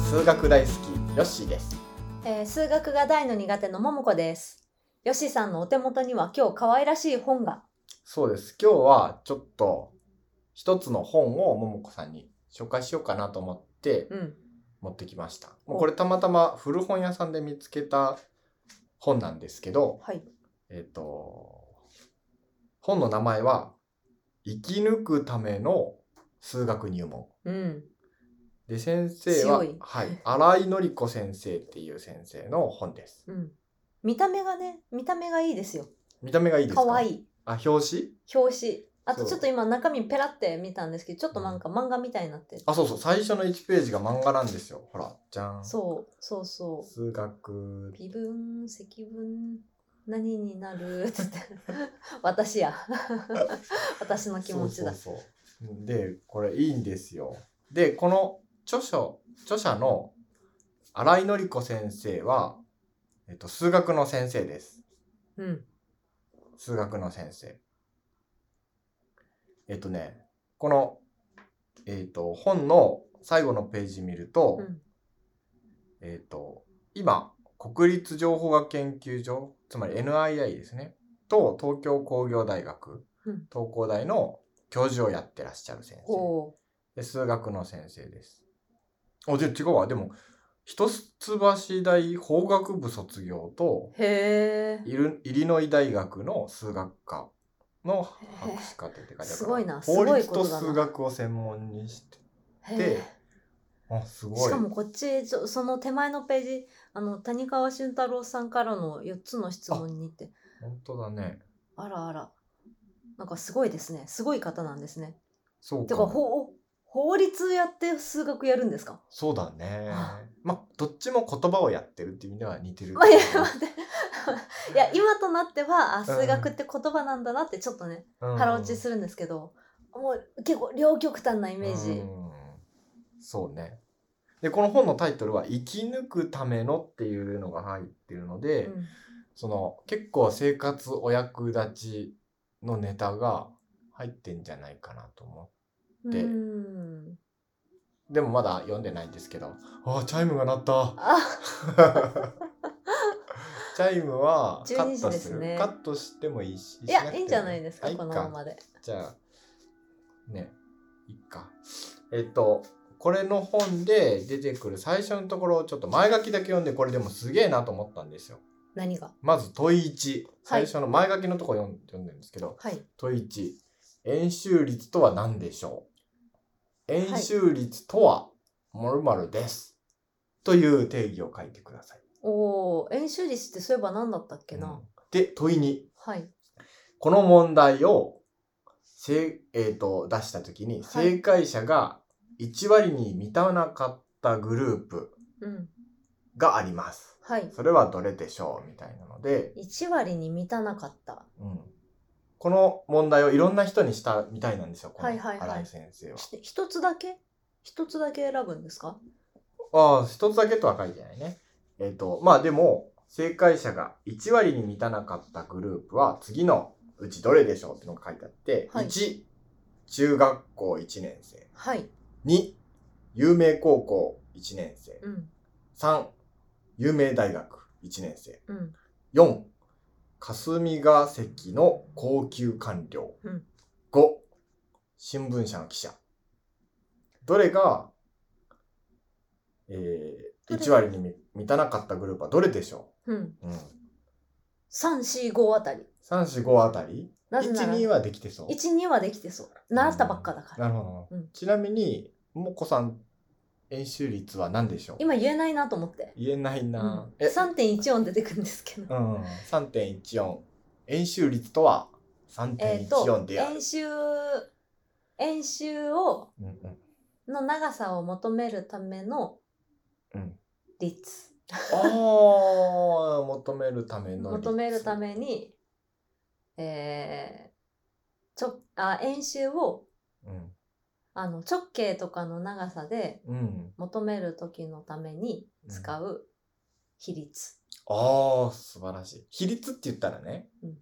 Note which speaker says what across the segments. Speaker 1: 数学大好きヨッシーです
Speaker 2: えー数学が大の苦手のももこです。よしさんのお手元には今日可愛らしい本が。
Speaker 1: そうです今日はちょっと一つの本をももこさんに紹介しようかなと思って
Speaker 2: うん。
Speaker 1: 持ってきましたもうこれたまたま古本屋さんで見つけた本なんですけど
Speaker 2: はい。
Speaker 1: えっ、と本の名前は生き抜くための数学入門
Speaker 2: うん。
Speaker 1: で先生は
Speaker 2: 強い
Speaker 1: はい新井紀子先生っていう先生の本です
Speaker 2: うん。見た目がね、見た目がいいですよ。
Speaker 1: 見た目がいいですか
Speaker 2: 可愛い
Speaker 1: あ表紙
Speaker 2: 表紙。あと
Speaker 1: そう
Speaker 2: ちょっと今中身ペラって見たんですけど、ちょっとなんか漫画みたいになってる。
Speaker 1: あそうそう最初の1ページが漫画なんですよほらじゃん
Speaker 2: そう、そうそう。
Speaker 1: 数学
Speaker 2: 微分、積分、何になるつって。 私や。 私の気持ちだ。
Speaker 1: そうそうそうでこれいいんですよでこの著書著者の新井紀子先生は、えっと、数学の先生です
Speaker 2: うん。
Speaker 1: 数学の先生えっとねこのえっと本の最後のページ見ると、
Speaker 2: うん。
Speaker 1: えっ、と、今、国立情報学研究所、つまり NII ですね、と東京工業大学、
Speaker 2: うん
Speaker 1: 東工大の教授をやってらっしゃる先生。
Speaker 2: ほ
Speaker 1: で数学の先生です。お、じゃあ違うわ。でも、一橋大法学部卒業と、
Speaker 2: う。へ
Speaker 1: イルイリノイ大学の数学科の博士課程って書いてあるから
Speaker 2: へえすごいなす
Speaker 1: 法
Speaker 2: ごい
Speaker 1: 律
Speaker 2: こと
Speaker 1: と
Speaker 2: だな
Speaker 1: 数学を専門にして
Speaker 2: え。へえ。
Speaker 1: あ、すごい。
Speaker 2: しかもこっちそその手前のページあの谷川俊太郎さんからの4つの質問にって
Speaker 1: 本当だね。
Speaker 2: あらあらなんかすごいですねすごい方なんですね
Speaker 1: そう
Speaker 2: て
Speaker 1: か
Speaker 2: か
Speaker 1: も。
Speaker 2: 法法律やって数学やるんですか
Speaker 1: そうだね
Speaker 2: は。
Speaker 1: まあ、どっちも言葉をやってるっていう意味では似てる。
Speaker 2: まあいや 待っていや今となってはあ数学って言葉なんだなってちょっとね
Speaker 1: うん
Speaker 2: 腹落ちするんですけど、もう結構両極端なイメージ、
Speaker 1: うんそうね。で、この本のタイトルは生き抜くためのっていうのが入ってるので、
Speaker 2: うん
Speaker 1: その結構生活お役立ちのネタが入ってんじゃないかなと思で
Speaker 2: うん
Speaker 1: う。でもまだ読んでないんですけど、あーチャイムが鳴った。
Speaker 2: あ
Speaker 1: チャイムはカ
Speaker 2: 12
Speaker 1: ッ
Speaker 2: 時
Speaker 1: ト
Speaker 2: ですす
Speaker 1: る。
Speaker 2: ね
Speaker 1: カットしてもいいし。
Speaker 2: い
Speaker 1: しなく
Speaker 2: や
Speaker 1: て
Speaker 2: いいんじゃないですか
Speaker 1: あいっ
Speaker 2: このままで
Speaker 1: じゃあねいっかえっとこれの本で出てくる最初のところをちょっと前書きだけ読んでこれでもすげえなと思ったんですよ
Speaker 2: 何が
Speaker 1: まず問い1最初の前書きのとこ読ん読んでるんですけど
Speaker 2: はい
Speaker 1: 問い1円周率とは何でしょう円周率とは〇〇です、という定義を書いてください、
Speaker 2: おお円周率ってそういえば何だったっけな、
Speaker 1: うんで問い2
Speaker 2: はい
Speaker 1: この問題を正、えー、と出した時に
Speaker 2: はい
Speaker 1: 正解者が1割に満たなかったグループ
Speaker 2: うん
Speaker 1: があります。
Speaker 2: はい
Speaker 1: それはどれでしょうみたいなので、
Speaker 2: 1割に満たなかった
Speaker 1: うん、この問題をいろんな人にしたみたいなんですよ、この
Speaker 2: はいはいはい
Speaker 1: 新井先生は。
Speaker 2: ひ一つだけ一つだけ選ぶんですか
Speaker 1: ああ、一つだけとは書いてないね。えっ、と、まあでも、正解者が1割に満たなかったグループは次のうちどれでしょうっていうのが書いてあって、
Speaker 2: はい
Speaker 1: 1、中学校1年生。
Speaker 2: はい
Speaker 1: 2有名高校1年生
Speaker 2: うん
Speaker 1: 3有名大学1年生
Speaker 2: うん
Speaker 1: 4霞が関の高級官僚、
Speaker 2: うん
Speaker 1: 5新聞社の記者どれが、えー、
Speaker 2: どれ
Speaker 1: 1割に満満たなかったグループはどれでしょ
Speaker 2: うん
Speaker 1: う、うん、
Speaker 2: 345あたり
Speaker 1: ?345 あたり
Speaker 2: なぜなら
Speaker 1: ?12 はできてそう。
Speaker 2: 12はできてそう習ったばっかだから、
Speaker 1: なるほど。
Speaker 2: うん
Speaker 1: ちなみに、もこさん、演習率は何でしょう
Speaker 2: 今言えないなと思って、
Speaker 1: 言えないな、
Speaker 2: うん、3.14出てくるんですけど
Speaker 1: うん、3.14円周率とは
Speaker 2: えっと
Speaker 1: 3.14である、
Speaker 2: 演習演習を
Speaker 1: うんうん
Speaker 2: の長さを求めるための
Speaker 1: うん
Speaker 2: 率、
Speaker 1: あー求めるための率
Speaker 2: 求めるために、えー、ちょあ演習を
Speaker 1: うん
Speaker 2: あの直径とかの長さで
Speaker 1: うん
Speaker 2: 求める時のために使う比率、
Speaker 1: ああ素晴らしい比率って言ったらね、
Speaker 2: うん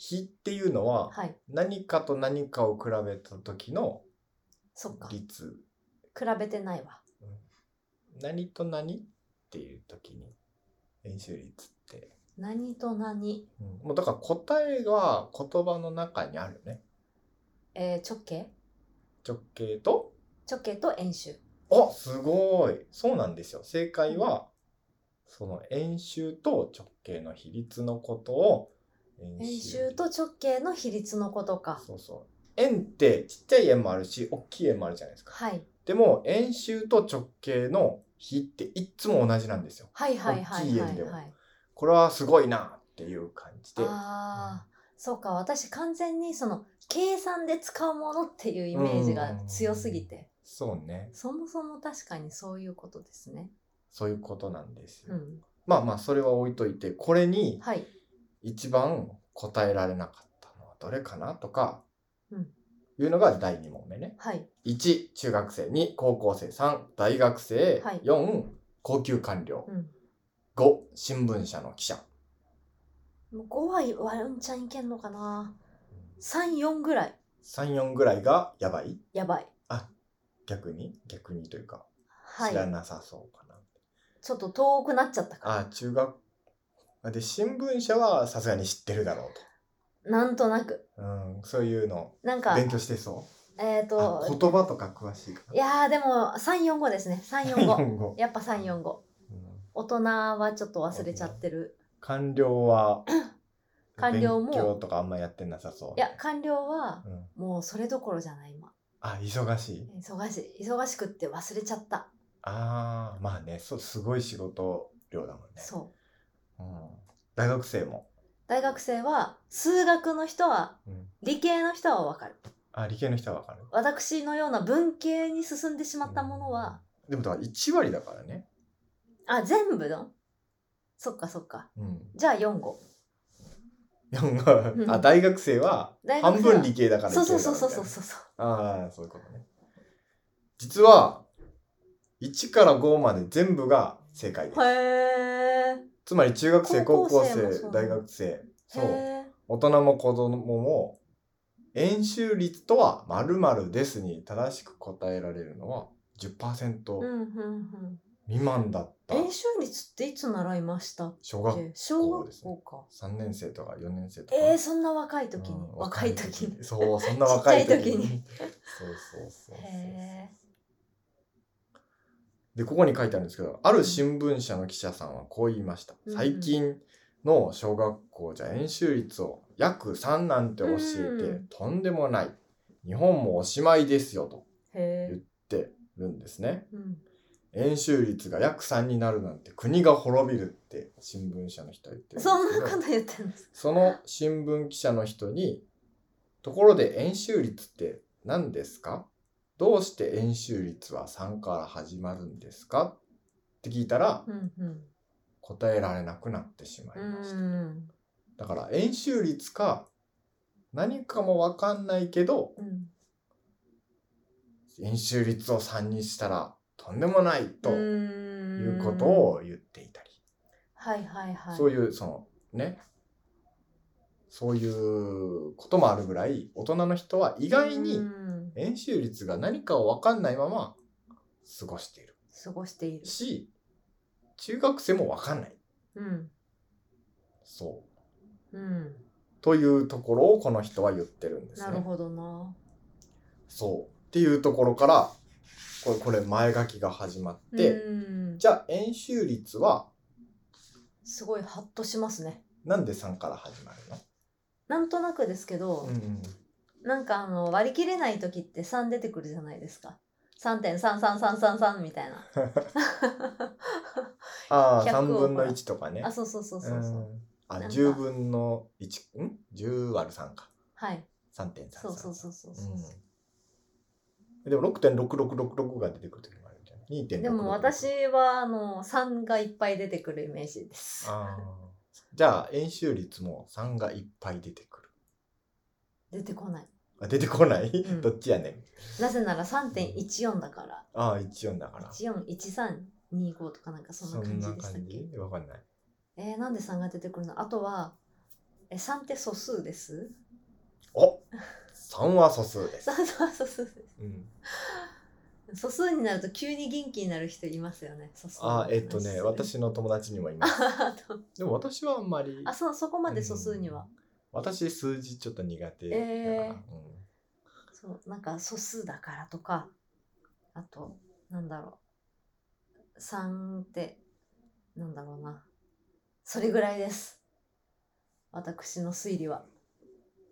Speaker 1: 比っていうのは
Speaker 2: はい
Speaker 1: 何かと何かを比べた時の
Speaker 2: そっか比
Speaker 1: 率
Speaker 2: べてないわ
Speaker 1: 何と何っていう時に円周率って、
Speaker 2: 何と何、
Speaker 1: うんもうだから答えは言葉の中にあるよね
Speaker 2: えー、直径
Speaker 1: 直径と
Speaker 2: 直径と円周。
Speaker 1: あすごいそうなんですよ正解はその円周と直径の比率のことを円
Speaker 2: 円周と直径の比率のことか。
Speaker 1: そうそう円ってちっちゃい円もあるし大きい円もあるじゃないですか
Speaker 2: はい。
Speaker 1: でも円周と直径の比っていっつも同じなんですよ
Speaker 2: はいはいはいはい、はい。
Speaker 1: これはすごいなっていう感じで
Speaker 2: ああ、そうか。私完全にその計算で使うものっていうイメージが強すぎて。
Speaker 1: そうね
Speaker 2: そもそも確かにそういうことですね。
Speaker 1: そういうことなんですよ、
Speaker 2: うん。
Speaker 1: まあまあそれは置いといてこれに
Speaker 2: はい。
Speaker 1: 一番答えられなかったのはどれかなとか
Speaker 2: うん
Speaker 1: いうのが第2問目ね
Speaker 2: はい。
Speaker 1: 1中学生2高校生3大学生
Speaker 2: はい
Speaker 1: 4、高級官僚
Speaker 2: うん。
Speaker 1: 5新聞社の記者
Speaker 2: もう五はワンチャンいけんのかな。三四ぐらい。
Speaker 1: 34ぐらいがやばい
Speaker 2: やばい。
Speaker 1: 逆に逆にというか
Speaker 2: は
Speaker 1: 知ら
Speaker 2: い。
Speaker 1: なさそうかな、
Speaker 2: ちょっと遠くなっちゃったか
Speaker 1: あ中学で新聞社はさすがに知ってるだろ
Speaker 2: ら。なんとなく。
Speaker 1: うと、うん、そういうの
Speaker 2: なんか、
Speaker 1: 勉強してそ
Speaker 2: えっ、ー、
Speaker 1: うあ
Speaker 2: と、
Speaker 1: 言葉とか詳しいか
Speaker 2: いやーでも3、4、5ですね。3、
Speaker 1: な
Speaker 2: 4、5。
Speaker 1: 本語、
Speaker 2: やっぱ3、4、5。
Speaker 1: うん
Speaker 2: 大人はちょっと忘れちゃってる。
Speaker 1: 官僚は
Speaker 2: 官僚も
Speaker 1: 勉強とかあんまやってなさそう
Speaker 2: いや、官僚は
Speaker 1: うん、
Speaker 2: もうそれどころじゃない今。
Speaker 1: あ忙しい
Speaker 2: 忙しい。忙しくって忘れちゃった。
Speaker 1: あーまあねそうすごい仕事量だもんね
Speaker 2: そう。
Speaker 1: う、ん、大学生も、
Speaker 2: 大学生は数学の人は
Speaker 1: うん、
Speaker 2: 理系の人はわかる。
Speaker 1: あ理系の人はわかる
Speaker 2: 私のような文系に進んでしまったものは、、
Speaker 1: うんでもだから1割だからね、
Speaker 2: あ、全部のそっかそっか。
Speaker 1: うん、
Speaker 2: じゃあ4号。
Speaker 1: いやもうあ大学生は
Speaker 2: 大学
Speaker 1: 半
Speaker 2: 生は
Speaker 1: 分理系だからいけ
Speaker 2: そう
Speaker 1: るだ
Speaker 2: そ
Speaker 1: ろ
Speaker 2: うそうそう
Speaker 1: みたいう
Speaker 2: そ
Speaker 1: な
Speaker 2: そう。
Speaker 1: ああそういうことね実は1から5まで全部が正解です
Speaker 2: へえ。
Speaker 1: つまり中学生高
Speaker 2: 高校
Speaker 1: 校
Speaker 2: 生も
Speaker 1: 生
Speaker 2: そうな
Speaker 1: 大
Speaker 2: の
Speaker 1: 学生
Speaker 2: へ
Speaker 1: そう
Speaker 2: え。
Speaker 1: 大人も子供も円周率とは〇〇ですに正しく答えられるのは
Speaker 2: うんう
Speaker 1: 10%
Speaker 2: んうん。
Speaker 1: 未満だった
Speaker 2: 練習率っていつ習いましたっ
Speaker 1: 小学
Speaker 2: け小学
Speaker 1: そ
Speaker 2: 校か。
Speaker 1: 3年生とか4年生とか
Speaker 2: えー、そんな若い時に、
Speaker 1: うん
Speaker 2: 若い時に
Speaker 1: そうそんな若い時
Speaker 2: ちっちゃい時
Speaker 1: に
Speaker 2: に
Speaker 1: そうそうそうそう
Speaker 2: へ
Speaker 1: でここに書いてあるんですけどある新聞社の記者さんはこう言いました、
Speaker 2: うん
Speaker 1: 最近の小学校じゃ円周率を約3なんて教え
Speaker 2: う
Speaker 1: て
Speaker 2: ん
Speaker 1: とんでもない日本もおしまいですよと
Speaker 2: えへえ、
Speaker 1: 言ってるんですね
Speaker 2: うん、
Speaker 1: 円周率が約3になるなんて国が滅びるって新聞社の人は言ってるんです
Speaker 2: そん
Speaker 1: け
Speaker 2: な
Speaker 1: ど
Speaker 2: こと言ってんです
Speaker 1: その新聞記者の人に、ところで円周率って何ですかどうして円周率は3から始まるんですかって聞いたら
Speaker 2: うんうん
Speaker 1: 答えられなくなってしまいうました。
Speaker 2: ん
Speaker 1: だから円周率か何かもわかんないけど
Speaker 2: うん
Speaker 1: 円周率を3にしたらとんでもないとい
Speaker 2: いう
Speaker 1: ことを言っていたり、
Speaker 2: はいはいはい
Speaker 1: そういうそのねそういうこともあるぐらい大人の人は意外に
Speaker 2: うん
Speaker 1: 円周率が何かを分かんないまま過ごしている
Speaker 2: 過ごしている
Speaker 1: し中学生も分かんない
Speaker 2: うん
Speaker 1: そう
Speaker 2: うん
Speaker 1: というところをこの人は言ってるんですね。
Speaker 2: なるほどな
Speaker 1: そうっていうところからこれこれ前書きが始まって、
Speaker 2: うん
Speaker 1: じゃあ円周率は
Speaker 2: すごいハッとしますね
Speaker 1: なんで3から始まる
Speaker 2: なんとなくですけど
Speaker 1: の、、ん、
Speaker 2: なんかあの割り切れない時って3出てくるじゃないですか3.33333み たいな
Speaker 1: ああ
Speaker 2: 100
Speaker 1: 3
Speaker 2: を
Speaker 1: 分の1とかね
Speaker 2: あ。そうそうそうそうそう、
Speaker 1: うんあ
Speaker 2: なんか
Speaker 1: 10分の1ん10割る3か
Speaker 2: はい
Speaker 1: 3.3
Speaker 2: そうそうそうそうそう、
Speaker 1: うん、でも6.6666が出てくる時もあるじゃん2.66
Speaker 2: でも私はあの3がいっぱい出てくるイメージです。
Speaker 1: あーじゃあ円周率も3がいっぱい出てくる
Speaker 2: 出てこない。
Speaker 1: あ出てこない、
Speaker 2: ん
Speaker 1: どっちやねん
Speaker 2: なぜなら3.14だから。
Speaker 1: ああ14だから
Speaker 2: 141325とかなんかそんな感じでしたっけ
Speaker 1: わかんない
Speaker 2: えー、なんで3が出てくるのあとは、えー、3って素数です
Speaker 1: お三3は素数です、
Speaker 2: ?3 は素数です。
Speaker 1: うん、
Speaker 2: 素数になると急に元気になる人いますよね。素数の話
Speaker 1: あえっと
Speaker 2: す
Speaker 1: ね
Speaker 2: る。
Speaker 1: 私の友達にもいますでも私はあんまり
Speaker 2: あ、そう、そこまで素数には。
Speaker 1: うん私数字ちょっと苦手だから、
Speaker 2: え
Speaker 1: う
Speaker 2: ー
Speaker 1: ん
Speaker 2: そう、なんか素数だからとか、あと、なんだろう。3って、なんだろうな。それぐらいです。私の推理は。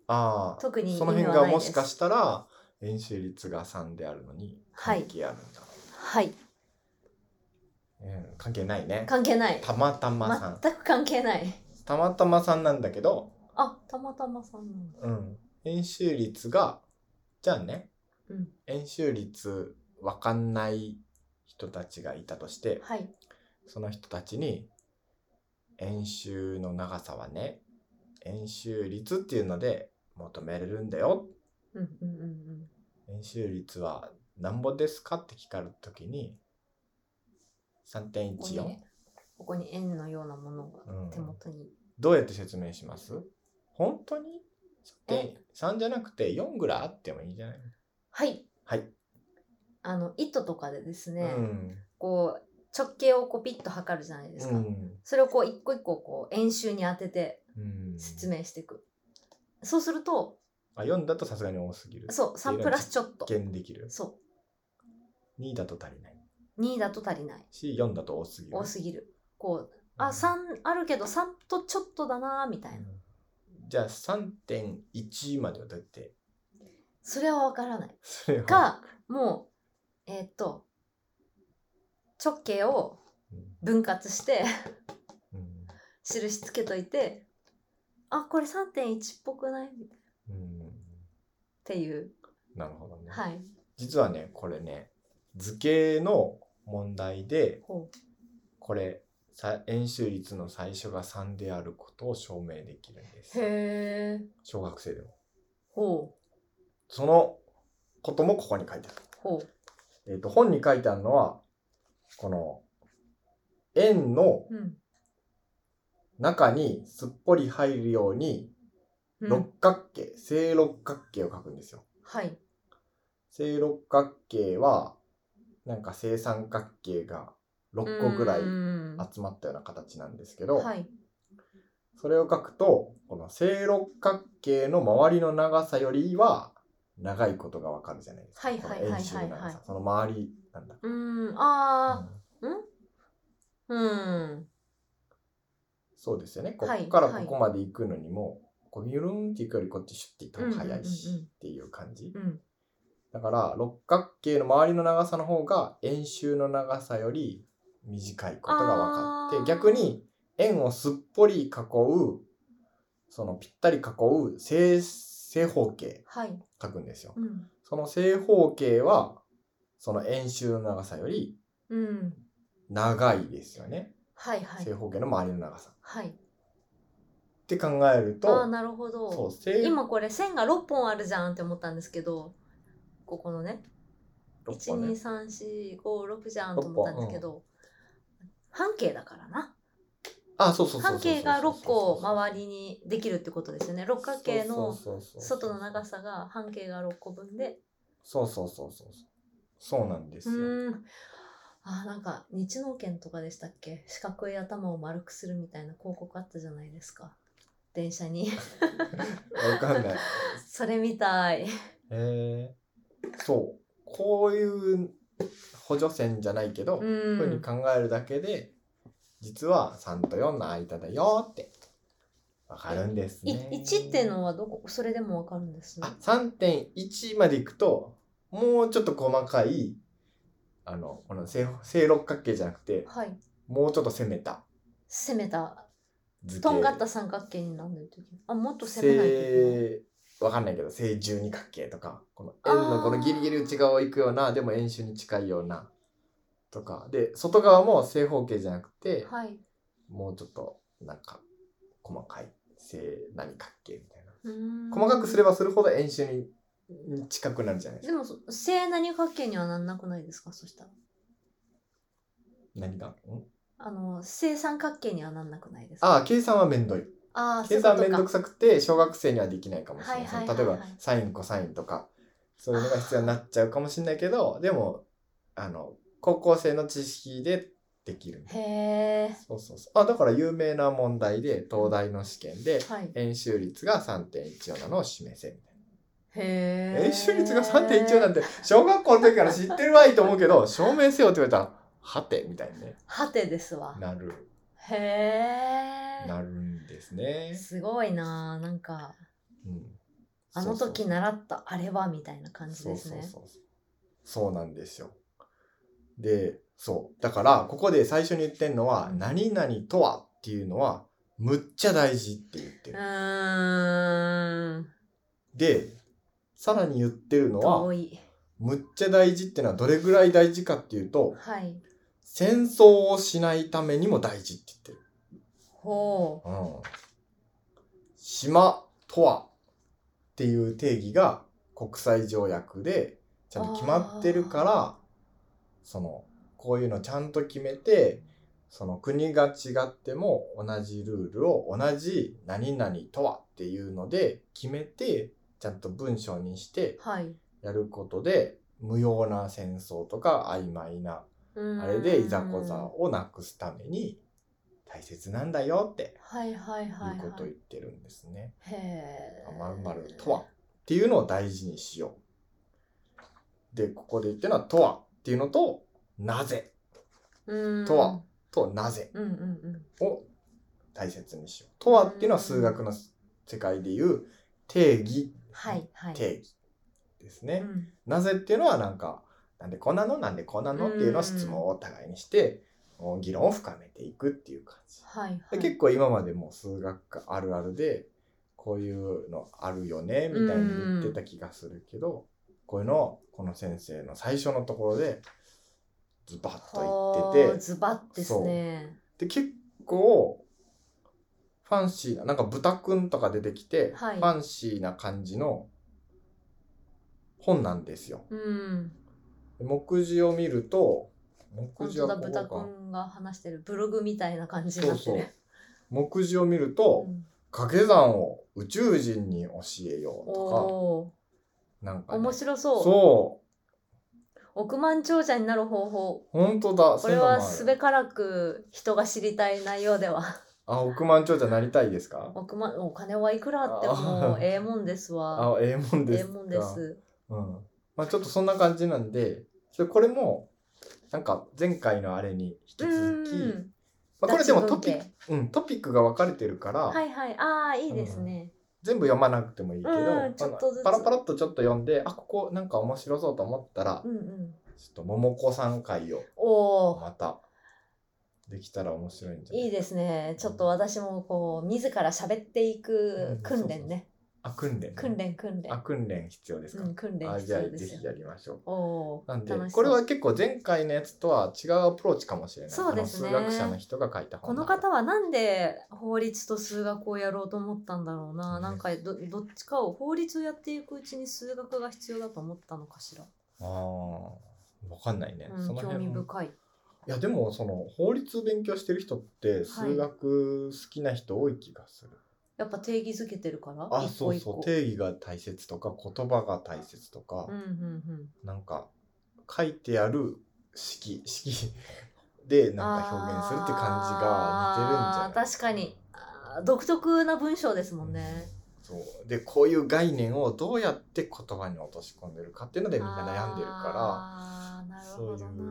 Speaker 1: ああ
Speaker 2: 特に
Speaker 1: その
Speaker 2: 意味
Speaker 1: 辺
Speaker 2: は
Speaker 1: が
Speaker 2: ない
Speaker 1: も
Speaker 2: で
Speaker 1: し
Speaker 2: す
Speaker 1: かしたら円周率が3であるのに
Speaker 2: はい
Speaker 1: 関係あるんだ、
Speaker 2: はい、
Speaker 1: うん関係ないね
Speaker 2: 関係ない。
Speaker 1: たまたまさん
Speaker 2: 全く関係ない。
Speaker 1: たまたまさんなんだけど、
Speaker 2: あ、たまたまさんなんだ。
Speaker 1: うん、円周率がじゃあね
Speaker 2: うん。
Speaker 1: 円周率わかんない人たちがいたとして
Speaker 2: はい。
Speaker 1: その人たちに円周の長さはね円周率っていうので求めれるんだよ
Speaker 2: うんうんうんうん。
Speaker 1: 円周率はなんぼですかって聞かれた時に
Speaker 2: ここに
Speaker 1: 3.14
Speaker 2: ねここに円のようなものが
Speaker 1: うん
Speaker 2: 手元に。
Speaker 1: どうやって説明します本当に
Speaker 2: え
Speaker 1: 3じゃなくて4ぐらいあってもいいんじゃない
Speaker 2: はい。
Speaker 1: はい、
Speaker 2: あの糸とかでですね、
Speaker 1: うん
Speaker 2: こう直径をこうピッと測るじゃないですか。
Speaker 1: うん
Speaker 2: それをこう一個一個こう円周に当てて
Speaker 1: うん、
Speaker 2: 説明していく。そうすると、
Speaker 1: あ4だとさすがに多すぎる
Speaker 2: そう3プラスちょっと。
Speaker 1: 減できる
Speaker 2: そ
Speaker 1: 2だと足りないう
Speaker 2: 2だと足りない。
Speaker 1: し4だと多すぎる
Speaker 2: 多すぎる。こう
Speaker 1: う
Speaker 2: あ
Speaker 1: ん
Speaker 2: 3あるけど3とちょっとだなーみたいな。
Speaker 1: うんじゃあ3.1まではどうやって
Speaker 2: それはわからない。
Speaker 1: それを
Speaker 2: かもうえーっと直径を
Speaker 1: うん
Speaker 2: 分割して
Speaker 1: うん
Speaker 2: 印つけといてあこれ3.1っぽくないみたいなっ
Speaker 1: うん
Speaker 2: ていう
Speaker 1: なるほどね、
Speaker 2: はい
Speaker 1: 実はねこれね図形の問題で
Speaker 2: ほ
Speaker 1: これさ円周率の最初が3であることを証明できるんで
Speaker 2: う
Speaker 1: す
Speaker 2: へえ
Speaker 1: 小学生でも
Speaker 2: ほう
Speaker 1: そのこともここに書いてある
Speaker 2: ほう
Speaker 1: えっ、と、本に書いてあるのは、この、円の
Speaker 2: うん
Speaker 1: 中にすっぽり入るように、
Speaker 2: う
Speaker 1: 六
Speaker 2: ん
Speaker 1: 角形、正六角形を書くんですよ。
Speaker 2: はい
Speaker 1: 正六角形は、なんか正三角形が6個ぐらいう
Speaker 2: ーん
Speaker 1: 集まったような形なんですけど、
Speaker 2: はい
Speaker 1: それを書くと、この正六角形の周りの長さよりは、長いことがわかるじゃないですか。
Speaker 2: はいはいはい
Speaker 1: この
Speaker 2: はいはい
Speaker 1: 円周の長さ。その周り、なんだ。
Speaker 2: うーんあ
Speaker 1: うん
Speaker 2: ーうん
Speaker 1: そうですよね。こ
Speaker 2: は
Speaker 1: こ
Speaker 2: い
Speaker 1: からここまで行くのにも、こうゆるんって行くよりこっちシュッて行った方が早い
Speaker 2: うんうんうんうん
Speaker 1: しっていう感じ
Speaker 2: う。ん
Speaker 1: だから六角形の周りの長さの方が円周の長さより短いことが分か
Speaker 2: あ
Speaker 1: っ
Speaker 2: ー
Speaker 1: て、逆に円をすっぽり囲う、そのぴったり囲う正正方形
Speaker 2: はい
Speaker 1: 書くんですよ。
Speaker 2: うん
Speaker 1: その正方形は、その円周の長さより
Speaker 2: うん
Speaker 1: 長いですよね。
Speaker 2: はいは
Speaker 1: 正
Speaker 2: い
Speaker 1: 方形の周りの長さ。
Speaker 2: はい
Speaker 1: って考える
Speaker 2: ああ
Speaker 1: と、
Speaker 2: なるほど
Speaker 1: そう、正
Speaker 2: 今これ線が6本あるじゃんって思ったんですけどここのね
Speaker 1: 六個ね
Speaker 2: 12345じゃんと思ったんですけど、半径だからな
Speaker 1: あ、そうそうそうそう
Speaker 2: 半
Speaker 1: そう
Speaker 2: 径が6個周
Speaker 1: に
Speaker 2: りにできるってことですよね六角形の外の長
Speaker 1: さ。
Speaker 2: さが半径が6個分で
Speaker 1: そうそうそうそう。そうなんです
Speaker 2: う
Speaker 1: よ。
Speaker 2: ーんあーなんか日農研とかでしたっけ四角い頭を丸くするみたいな広告あったじゃないですか電 車に
Speaker 1: わかんない。へ
Speaker 2: それみたい
Speaker 1: えそう。こういう補助線じゃないけど、
Speaker 2: う
Speaker 1: こういうふう
Speaker 2: ー
Speaker 1: に
Speaker 2: ん
Speaker 1: 考えるだけで、実は3と4の間だよって、わかるんです
Speaker 2: い
Speaker 1: ね。
Speaker 2: 1っていうのはどこそれでもわかるんですね
Speaker 1: あ、3.1までいくと、もうちょっと細かい、あの、この正正六角形じゃなくて、
Speaker 2: はい
Speaker 1: もうちょっと攻めた
Speaker 2: 攻めた
Speaker 1: 図形。
Speaker 2: とんがった三角形になるときあもっと攻めないといけない
Speaker 1: 正わかんないけど正十二角形とかこの円のこのギリギリ内側を行くようなでも円周に近いようなとかで外側も正方形じゃなくて、
Speaker 2: はい
Speaker 1: もうちょっとなんか細かい正何角形みたいな細
Speaker 2: 細
Speaker 1: かくすればするほど円周にに近くなるじゃないです
Speaker 2: で
Speaker 1: か
Speaker 2: もそ正何角形にはなんなくないですかそしたら
Speaker 1: 何がん
Speaker 2: あの正三角形にはなんなくないですか
Speaker 1: ああ計算はめんどい
Speaker 2: あー
Speaker 1: 計算
Speaker 2: そう
Speaker 1: め
Speaker 2: いうんこ
Speaker 1: ど
Speaker 2: と
Speaker 1: く
Speaker 2: か
Speaker 1: さくて小学生にはできないかもしれない,そ
Speaker 2: はい
Speaker 1: の、
Speaker 2: はいはいはい
Speaker 1: 例えばサインコサインとかそういうのが必要になっちゃうかもしれないけどでもあの高校生の知識でできる
Speaker 2: へえ。
Speaker 1: そうそうそうあだから有名な問題で東大の試験で
Speaker 2: はい。
Speaker 1: 円周率が3.14なのを示せみたい
Speaker 2: へ
Speaker 1: な
Speaker 2: え。
Speaker 1: 円周率が3.14なんて小学校の時から知ってるわいと思うけど 証明せよって言われたらはてみたいにね
Speaker 2: はてですわ。
Speaker 1: なる
Speaker 2: へ
Speaker 1: なるんです
Speaker 2: え。
Speaker 1: ね、
Speaker 2: すごいな。なんか、
Speaker 1: うん、
Speaker 2: あの時
Speaker 1: な
Speaker 2: 習ったあれはみたいな感じですね。
Speaker 1: そうそうそうそうなんですよでそうだからここで最初に言ってるのは「
Speaker 2: うん
Speaker 1: 何々とは」っていうのはむっちゃ大事って言って
Speaker 2: う
Speaker 1: る、
Speaker 2: ーん。
Speaker 1: でさらに言ってるの
Speaker 2: 遠。
Speaker 1: はいむっちゃ大事ってのはどれぐらい大事かっていうと
Speaker 2: はい。
Speaker 1: 戦争をしないためにも大事って言ってる、
Speaker 2: ほ
Speaker 1: うん、島とはっていう定義が国際条約でちゃんと決まってるからそのこういうのちゃんと決めてその国が違っても同じルールを同じ何々とはっていうので決めてちゃんと文章にして
Speaker 2: う。はい。
Speaker 1: やることで無用な戦争とか曖昧な
Speaker 2: うーん
Speaker 1: あれでいざこざ。をなくすために大切なんだよって
Speaker 2: はいはいはいい、
Speaker 1: うことを言
Speaker 2: は
Speaker 1: っ
Speaker 2: い。
Speaker 1: てるんですね。
Speaker 2: へえ。
Speaker 1: まるまるとはっていうのを大事にしよう。で、ここで言ってるのはとはっていうのと、なぜ
Speaker 2: うーん。
Speaker 1: とは。となぜ
Speaker 2: うんうんうん。
Speaker 1: を大切にしよう。とはっていうのは数学の世界でいう定義、
Speaker 2: はいはい。
Speaker 1: 定義です
Speaker 2: う
Speaker 1: ね。
Speaker 2: ん
Speaker 1: なぜっていうのはなんか、なんでこんなのなんでこんなのっていうのを質問をお互いにして、議論を深めていくっていう感じ。
Speaker 2: はいはい。
Speaker 1: で結構今までもう数学科あるあるでこういうのあるよねみたいに言ってた気がするけど、こういうのをこの先生の最初のところでズバッと言っ
Speaker 2: ほう
Speaker 1: て
Speaker 2: ズバッですね。
Speaker 1: てで結構ファンシーななんか豚くんとか出てきて、
Speaker 2: はい
Speaker 1: ファンシーな感じの本なんですよ。
Speaker 2: うん。
Speaker 1: で目次を見ると目
Speaker 2: 本
Speaker 1: 次
Speaker 2: 当
Speaker 1: は
Speaker 2: だ、
Speaker 1: ここ
Speaker 2: 豚く
Speaker 1: か
Speaker 2: んが話してるブログみたいな感じに
Speaker 1: そ
Speaker 2: な
Speaker 1: う
Speaker 2: って
Speaker 1: そう
Speaker 2: る。
Speaker 1: 目次を見ると、
Speaker 2: うん
Speaker 1: 掛け算を宇宙人に教えようと
Speaker 2: お
Speaker 1: か、なんか
Speaker 2: お、
Speaker 1: ね、
Speaker 2: 面白そう。
Speaker 1: そ
Speaker 2: 億万長者になる方法。
Speaker 1: う、本当だ、
Speaker 2: こ
Speaker 1: そうい
Speaker 2: れ
Speaker 1: うのもあ
Speaker 2: は
Speaker 1: る
Speaker 2: すべからく人が知りたい内容では。
Speaker 1: あ、億万長者なりたいですか
Speaker 2: 億万、お金はいくらあっても
Speaker 1: あー
Speaker 2: ええもんですわ。
Speaker 1: あ、ええもん
Speaker 2: え
Speaker 1: で
Speaker 2: え
Speaker 1: すか。
Speaker 2: もんです。
Speaker 1: うん。まあちょっとそんな感じなんで、ちょこれも、なんか前回のあれに引き
Speaker 2: う
Speaker 1: 続き、
Speaker 2: ん。
Speaker 1: まあ、これでもト
Speaker 2: 脱
Speaker 1: ピ
Speaker 2: 文
Speaker 1: ッ
Speaker 2: 系
Speaker 1: ク、うん、トピックが分かれてるから、
Speaker 2: はいはい。ああ、いいですね。
Speaker 1: 全部読まなくてもいいけど、
Speaker 2: うん
Speaker 1: あの
Speaker 2: ちょっとずつ
Speaker 1: パラパラっとちょっと読んで、あ、ここなんか面白そうと思ったら、
Speaker 2: うんうん。
Speaker 1: ちょっと桃子さん会を
Speaker 2: おお。
Speaker 1: またできたら面白いんじゃない
Speaker 2: いいですね。ちょっと私もこう自ら喋っていく
Speaker 1: うん
Speaker 2: 訓練ね。
Speaker 1: あ、訓練ね、
Speaker 2: 訓練訓練
Speaker 1: あ、。訓練必要ですか。
Speaker 2: うん、訓練
Speaker 1: あ、
Speaker 2: 必
Speaker 1: じゃあ
Speaker 2: 要
Speaker 1: ぜ
Speaker 2: ですよ
Speaker 1: ひ。やりましょう。
Speaker 2: おお。
Speaker 1: なんで
Speaker 2: 楽しそ
Speaker 1: こ
Speaker 2: う
Speaker 1: れは結構前回のやつとは違うアプローチかもしれない。
Speaker 2: そうですね
Speaker 1: あの数学者の人が書いた
Speaker 2: こ
Speaker 1: 本
Speaker 2: の
Speaker 1: だから
Speaker 2: 方はなんで法律と数学をやろうと思ったんだろうな。
Speaker 1: ね
Speaker 2: なんかどどっちかを法律をやっていくうちに数学が必要だと思ったのかしら。
Speaker 1: ああ、わかんないね。
Speaker 2: う
Speaker 1: そ
Speaker 2: ん、
Speaker 1: の
Speaker 2: 興
Speaker 1: 辺
Speaker 2: 味
Speaker 1: も。
Speaker 2: 深い。
Speaker 1: いやでもその法律勉強してる人って数学好きな人多い気がする。
Speaker 2: やっぱ定義づけてるから。
Speaker 1: あ、
Speaker 2: 一
Speaker 1: そ
Speaker 2: 個
Speaker 1: う
Speaker 2: 一個
Speaker 1: そう。定義が大切とか言葉が大切とか、
Speaker 2: うんうん
Speaker 1: なんか書いてある式式で
Speaker 2: うん。
Speaker 1: なんか表現するって感じが似てるんじゃない
Speaker 2: あー確かに。あー独特な文章ですもんね。
Speaker 1: そうでこういう概念をどうやって言葉に落とし込んでるかっていうのでみんな悩んでるか
Speaker 2: あーなるほど
Speaker 1: そう
Speaker 2: な。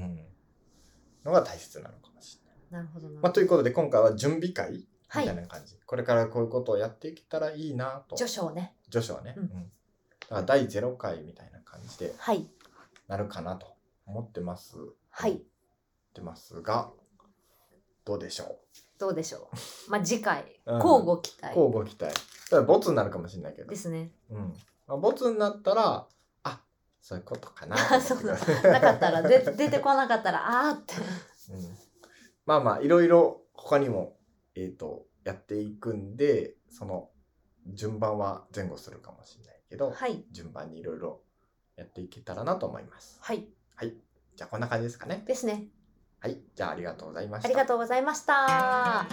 Speaker 1: ら、うん、のが大切なのかもしれない。
Speaker 2: なるほどな。
Speaker 1: まあ、ということで今回は準備会み
Speaker 2: は
Speaker 1: たい
Speaker 2: い。
Speaker 1: な感じ、これからこういうことをやっていけたらいいなと
Speaker 2: 序章をね。
Speaker 1: 序章はね、
Speaker 2: う
Speaker 1: うんんだから第0回みたいな感じで
Speaker 2: はい。
Speaker 1: なるかなと思ってます思
Speaker 2: はい。
Speaker 1: ってますがどうでしょ
Speaker 2: どうでしょ う。まあ、次回、
Speaker 1: うん
Speaker 2: 交互期
Speaker 1: う
Speaker 2: 待
Speaker 1: 交互期待ただボツになるかもしれないけど
Speaker 2: で、すね。
Speaker 1: うんまあ、ボツになったらあ そういうことかなと思ってください
Speaker 2: な かったら、で出てこなかったら、あーって。
Speaker 1: うんまあまあいろいろ他にも、えー、とやっていくんでその順番は前後するかもしれないけど、
Speaker 2: はい。
Speaker 1: 順番にいろいろやっていけたらなと思います。
Speaker 2: はい。
Speaker 1: じゃあこんな感じですかね。
Speaker 2: ですね。
Speaker 1: はい、じゃあありがとうございまし
Speaker 2: あ
Speaker 1: た。
Speaker 2: りがとうございました。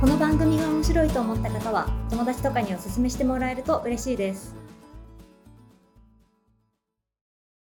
Speaker 3: この番組が面白いと思った方は友達とかにお勧めしてもらえると嬉しいです